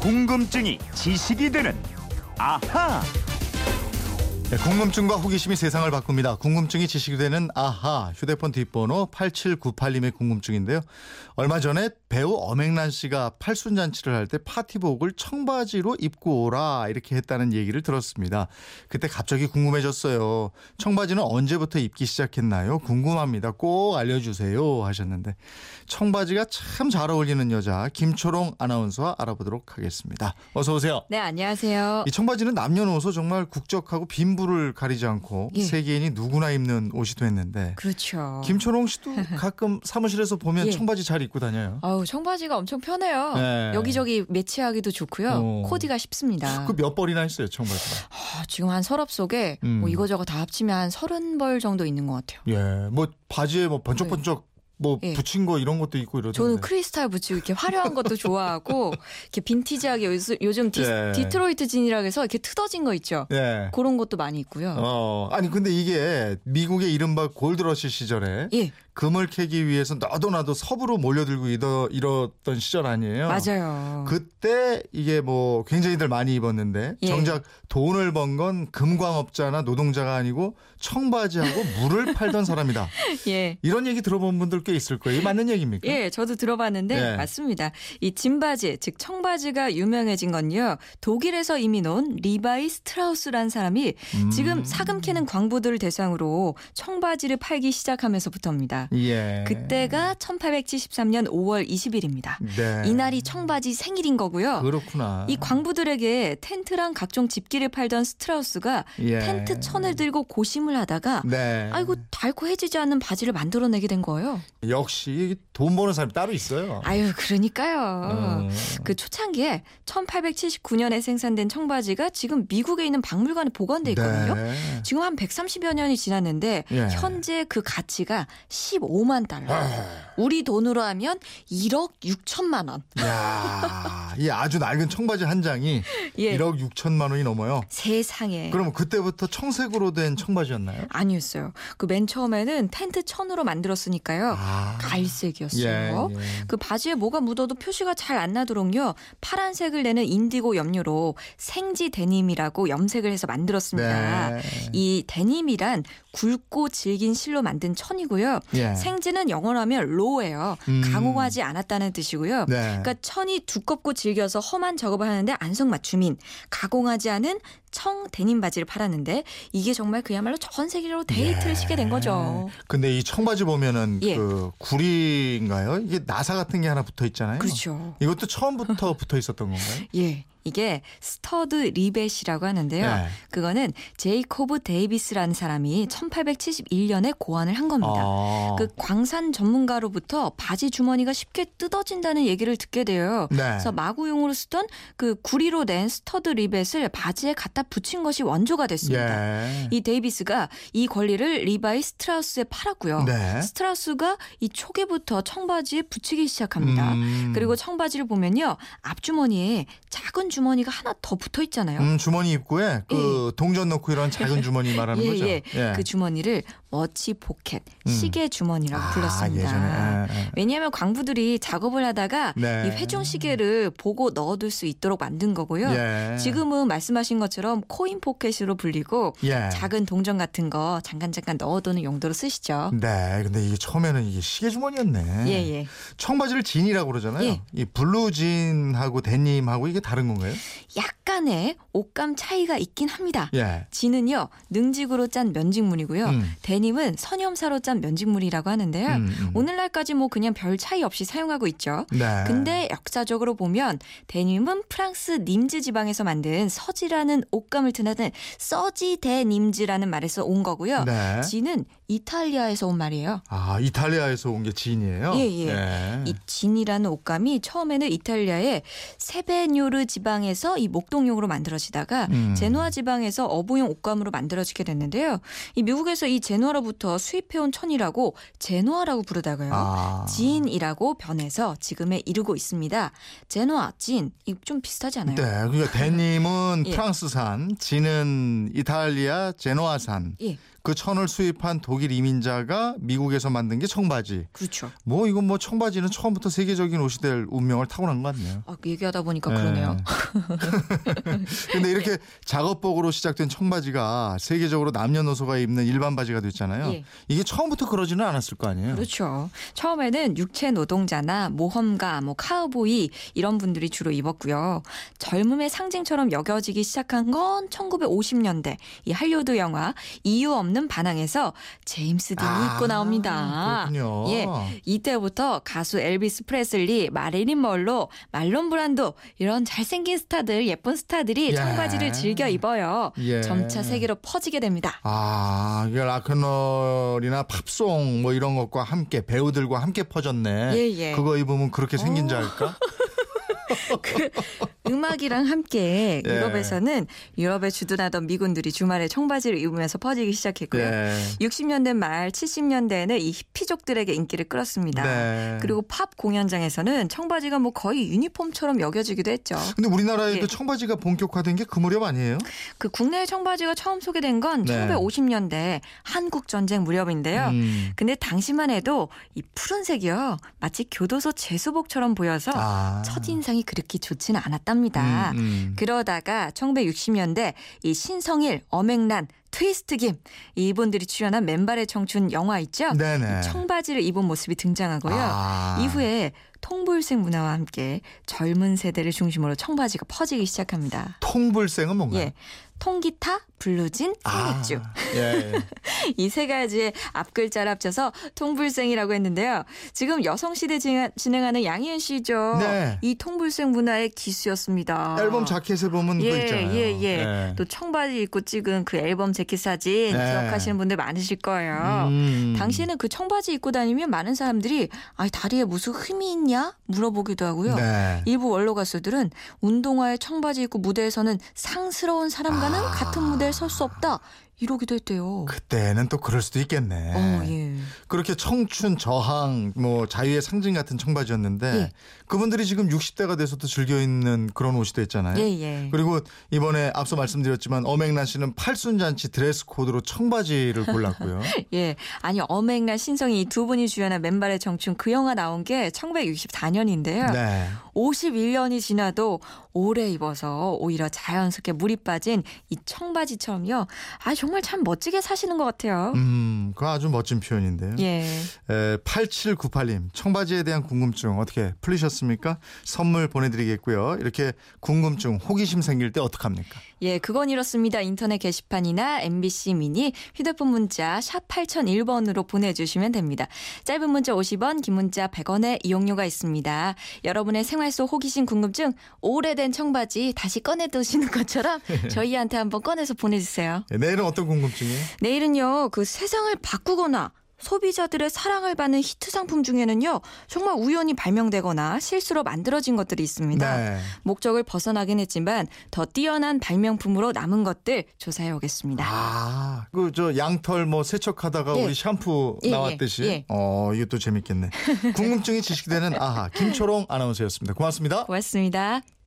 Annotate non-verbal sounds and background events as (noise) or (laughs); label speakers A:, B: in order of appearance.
A: 궁금증이 지식이 되는 아하.
B: 네, 궁금증과 호기심이 세상을 바꿉니다. 궁금증이 지식이 되는 아하 휴대폰 뒷번호 8798님의 궁금증인데요. 얼마 전에 배우 엄앵란 씨가 팔순잔치를 할 때 파티복을 청바지로 입고 오라 이렇게 했다는 얘기를 들었습니다. 그때 갑자기 궁금해졌어요. 청바지는 언제부터 입기 시작했나요? 궁금합니다. 꼭 알려주세요 하셨는데 청바지가 참 잘 어울리는 여자 김초롱 아나운서와 알아보도록 하겠습니다. 어서 오세요.
C: 네, 안녕하세요.
B: 이 청바지는 남녀노소 정말 국적하고 빈부를 가리지 않고
C: 예.
B: 세계인이 누구나 입는 옷이 됐는데
C: 그렇죠.
B: 김초롱
C: (laughs)
B: 씨도 가끔 사무실에서 보면
C: 예.
B: 청바지 잘 입고 다녀요.
C: 아우, 청바지가 엄청 편해요.
B: 네.
C: 여기저기 매치하기도 좋고요.
B: 어.
C: 코디가 쉽습니다.
B: 그 몇 벌이나 했어요 청바지가.
C: 아, 지금 한 서랍 속에
B: 음.
C: 뭐 이거저거 다 합치면 한 서른 벌 정도 있는 것 같아요.
B: 예, 뭐 바지에 뭐 번쩍번쩍 뭐
C: 예.
B: 붙인 거 이런 것도 있고 이러던데.
C: 저는 그 크리스탈 붙이고 이렇게 화려한 것도 좋아하고 이렇게 빈티지하게 요즘, 요즘 디,
B: 예.
C: 디트로이트 진이라 해서 이렇게 트어진 거 있죠.
B: 예.
C: 그런 것도 많이 있고요.
B: 어, 아니 근데 이게 미국의 이른바 골드러시 시절에
C: 예,
B: 금을 캐기 위해서 너도 나도 섭으로 몰려들고 이러, 이러던 시절 아니에요.
C: 맞아요.
B: 어. 그때 이게 뭐 굉장히들 많이 입었는데
C: 예.
B: 정작 돈을 번 건 금광업자나 노동자가 아니고
C: (laughs)
B: 청바지하고 물을 팔던 사람이다.
C: (laughs) 예.
B: 이런 얘기 들어본 분들 꽤 있을 거예요. 이게 맞는 얘기입니까?
C: 예, 저도 들어봤는데
B: 예.
C: 맞습니다. 이 진바지, 즉 청바지가 유명해진 건요. 독일에서 이미 논 리바이 스트라우스라는 사람이
B: 음.
C: 지금 사금 캐는 광부들을 대상으로 청바지를 팔기 시작하면서부터입니다.
B: 예.
C: 그때가 1873년 5월 20일입니다.
B: 네.
C: 이날이 청바지 생일인 거고요.
B: 그렇구나.
C: 이 광부들에게 텐트랑 각종 집기를 팔던 스트라우스가
B: 예.
C: 텐트 천을 들고 고심을 하다가
B: 네.
C: 아이고 닳고 해지지 않는 바지를 만들어내게 된 거예요.
B: 역시 돈 버는 사람이 따로 있어요.
C: 아유 그러니까요.
B: 음.
C: 그 초창기에 1879년에 생산된 청바지가 지금 미국에 있는 박물관에 보관돼 있거든요.
B: 네.
C: 지금 한 130여 년이 지났는데
B: 예.
C: 현재 그 가치가 15만 달러.
B: 아,
C: 우리 돈으로 하면 1억 6천만 원.
B: 야, 이 아주 낡은 청바지 한 장이
C: 예.
B: 1억 6천만 원이 넘어요.
C: 세상에.
B: 그러면 그때부터 청색으로 된 청바지였나요?
C: 아니었어요. 그 맨 처음에는 텐트 천으로 만들었으니까요.
B: 아.
C: 예,
B: 예,
C: 갈색이었어요. 그 바지에 뭐가 묻어도 표시가 잘 안 나도록요. 파란색을 내는 인디고 염료로 생지 데님이라고 염색을 해서
B: 네.
C: 만들었습니다. 이 데님이란 굵고 질긴 실로 만든 천이고요.
B: 예.
C: 생지는 영어로 하면 로예요.
B: 음.
C: 강호하지 않았다는 뜻이고요.
B: 네.
C: 그러니까 천이 두껍고 질겨서 험한 작업을 하는데 안성맞춤인 가공하지 않은 청 데님 바지를 팔았는데 이게 정말 그야말로 전 세계로 데이트를
B: 예.
C: 시게 된 거죠.
B: 근데 이 청바지 보면은
C: 예.
B: 그 구리인가요? 이게 나사 같은 게 하나 붙어 있잖아요.
C: 그렇죠.
B: 이것도
C: (laughs)
B: 처음부터 붙어 있었던 건가요?
C: 예. 이게 스터드 리벳이라고 하는데요.
B: 네.
C: 그거는 제이코브 데이비스라는 사람이 1871년에 고안을 한 겁니다.
B: 아.
C: 그 광산 전문가로부터 바지 주머니가 쉽게 뜯어진다는 얘기를 듣게 돼요.
B: 네.
C: 그래서 마구용으로 쓰던 그 구리로 낸 스터드 리벳을 바지에 갖다 붙인 것이 원조가 됐습니다.
B: 예.
C: 이 데이비스가 이 권리를 리바이 스트라우스에 팔았고요.
B: 네.
C: 스트라우스가 이 초기부터 청바지에 붙이기 시작합니다.
B: 음.
C: 그리고 청바지를 보면요. 앞주머니에 작은 주머니가 하나 더 붙어 있잖아요. 예,
B: 음, 주머니 입구에 그 동전 넣고 이런 작은 주머니 말하는
C: 예,
B: 거죠.
C: 예. 그 주머니를 워치 포켓,
B: 음.
C: 시계 주머니라고
B: 아,
C: 불렀습니다.
B: 예전에. 예, 예.
C: 왜냐하면 광부들이 작업을 하다가
B: 네.
C: 이 회중 시계를 보고 넣어둘 수 있도록 만든 거고요.
B: 예.
C: 지금은 말씀하신 것처럼 코인 포켓으로 불리고
B: 예.
C: 작은 동전 같은 거 잠깐 잠깐 넣어두는 용도로 쓰시죠.
B: 네, 근데 이게 처음에는 이게 시계 주머니였네.
C: 예예.
B: 청바지를 진이라고 그러잖아요.
C: 예.
B: 이 블루진하고 데님하고 이게 다른 건가요?
C: 약간의 옷감 차이가 있긴 합니다.
B: 예.
C: 진은요 능직으로 짠 면직물이고요.
B: 음,
C: 데님은 선염사로 짠 면직물이라고 하는데요.
B: 음, 음.
C: 오늘날까지 뭐 그냥 별 차이 없이 사용하고 있죠.
B: 네.
C: 근데 역사적으로 보면 데님은 프랑스 님즈 지방에서 만든 서지라는 옷감을 드나든 서지 데님즈라는 말에서 온 거고요.
B: 네.
C: 진은 이탈리아에서 온 말이에요.
B: 아 이탈리아에서 온 게 진이에요. 네.
C: 예, 예.
B: 음.
C: 이 진이라는 옷감이 처음에는 이탈리아의 세베뇨르 지방에서 이 목동용으로 만들어지다가
B: 음.
C: 제노아 지방에서 어부용 옷감으로 만들어지게 됐는데요. 이 미국에서 이 제노아로부터 수입해온 천이라고 제노아라고 부르다가요.
B: 아.
C: 진이라고 변해서 지금에 이르고 있습니다. 제노아, 진, 이거 좀 비슷하지 않아요?
B: 네, 그러니까 데님은
C: 예.
B: 프랑스산, 진은 이탈리아 제노아산.
C: 예.
B: 그 천을 수입한 독일 이민자가 미국에서 만든 게 청바지.
C: 그렇죠.
B: 뭐 이건 뭐 청바지는 처음부터 세계적인 옷이 될 운명을 타고난 것 같네요.
C: 아, 얘기하다 보니까 그러네요.
B: 예. (laughs) 근데 이렇게 작업복으로 시작된 청바지가 세계적으로 남녀노소가 입는 일반 바지가 됐잖아요.
C: (laughs) 예.
B: 이게 처음부터 그러지는 않았을 거 아니에요.
C: 그렇죠. 처음에는 육체 노동자나 모험가, 뭐 카우보이 이런 분들이 주로 입었고요. 젊음의 상징처럼 여겨지기 시작한 건 1950년대 이 할리우드 영화 이유 없는 반항에서 제임스 딘이 입고 나옵니다.
B: 아, 그렇군요.
C: 예. 이때부터 가수 엘비스 프레슬리, 마릴린 멀로, 말론 브란도 이런 잘생긴 스타들, 예쁜 스타들이
B: 예.
C: 청바지를 즐겨 입어요.
B: 예.
C: 점차 세계로 퍼지게 됩니다.
B: 아, 이게 락큰롤이나 팝송 뭐 이런 것과 함께 배우들과 함께 퍼졌네.
C: 예, 어, 예.
B: 그거 입으면 그렇게 생긴 줄
C: (laughs)
B: 알까?
C: 음악이랑 함께
B: (laughs) 예.
C: 유럽에서는 유럽에 주둔하던 미군들이 주말에 청바지를 입으면서 퍼지기 시작했고요.
B: 네.
C: 60년대 말 70년대에는 이 히피족들에게 인기를 끌었습니다.
B: 네.
C: 그리고 팝 공연장에서는 청바지가 뭐 거의 유니폼처럼 여겨지기도 했죠.
B: 근데 우리나라에도
C: 예.
B: 청바지가 본격화된 게 그 무렵 아니에요?
C: 그 국내 청바지가 처음 소개된 건
B: 네.
C: 1950년대 한국 전쟁 무렵인데요.
B: 음.
C: 근데 당시만 해도 이 푸른색이요 마치 교도소 제수복처럼 보여서
B: 아.
C: 첫 인상이 그렇게 좋지는 않았답니다.
B: 음, 음.
C: 그러다가 1960년대 이 신성일, 엄앵란, 트위스트 김 이분들이 출연한 맨발의 청춘 영화 있죠?
B: 네네.
C: 이 청바지를 입은 모습이 등장하고요.
B: 아.
C: 이후에 통불색 문화와 함께 젊은 세대를 중심으로 청바지가 퍼지기 시작합니다.
B: 통불생은 뭔가요?
C: 예. 통기타, 블루진, 생맥주 (laughs)
B: 아, 예, 예.
C: 이 세 가지의 앞글자를 합쳐서 통불생이라고 했는데요. 지금 여성시대 진행- 진행하는 양희은 씨죠.
B: 네.
C: 이 통불생 문화의 기수였습니다.
B: 앨범 자켓에 보면
C: 어. 예,
B: 그거 있잖아요.
C: 예, 예.
B: 예.
C: 또 청바지 입고 찍은 그 앨범 재킷
B: 네.
C: 사진 기억하시는 분들 많으실 거예요.
B: 음.
C: 당시에는 그 청바지 입고 다니면 많은 사람들이 아 다리에 무슨 흠이 있냐 물어보기도 하고요.
B: 네.
C: 일부 원로 가수들은 운동화에 청바지 입고 무대에서는 상스러운 사람과는
B: 아.
C: 같은 무대에 설 수 없다 이러기도 했대요.
B: 그때는 또 그럴 수도 있겠네.
C: 어, 예.
B: 그렇게 청춘 저항 뭐 자유의 상징 같은 청바지였는데
C: 예.
B: 그분들이 지금 60대가 돼서도 즐겨 입는 그런 옷이 됐잖아요.
C: 예, 예.
B: 네. 그리고 이번에 앞서 말씀드렸지만 어맹란 씨는 팔순잔치 드레스 코드로 청바지를
C: (laughs)
B: 골랐고요.
C: 예. 아니, 엄앵란 신성이 이 두 분이 주연한 맨발의 청춘 그 영화 나온 게 1964년인데요.
B: 네.
C: 51년이 지나도 오래 입어서 오히려 자연스럽게 물이 빠진 이 청바지처럼요. 아, 정말 참 멋지게 사시는 것 같아요.
B: 음, 그거 아주 멋진 표현인데요.
C: 예.
B: 에, 8798님 청바지에 대한 궁금증 어떻게 풀리셨습니까? 선물 보내드리겠고요. 이렇게 궁금증 호기심 생길 때 어떡합니까?
C: 예, 그건 이렇습니다. 인터넷 게시판이나 MBC 미니 휴대폰 문자 샵 8001번으로 보내주시면 됩니다. 짧은 문자 50원, 긴 문자 100원의 이용료가 있습니다. 여러분의 생활 속 호기심 궁금증, 오래된 청바지 다시 꺼내두시는 것처럼 저희한테 한번 꺼내서 보내주세요.
B: 예, 내일은 어떤 궁금증이에요?
C: 내일은요, 그 세상을 바꾸거나 소비자들의 사랑을 받는 히트 상품 중에는요, 정말 우연히 발명되거나 실수로 만들어진 것들이 있습니다.
B: 네.
C: 목적을 벗어나긴 했지만 더 뛰어난 발명품으로 남은 것들 조사해 오겠습니다.
B: 아, 그 저 양털 뭐 세척하다가
C: 예.
B: 우리 샴푸
C: 예,
B: 나왔듯이.
C: 예, 예.
B: 어, 이것도 재밌겠네. 궁금증이 지식되는 아하 김초롱 아나운서였습니다. 고맙습니다.
C: 고맙습니다.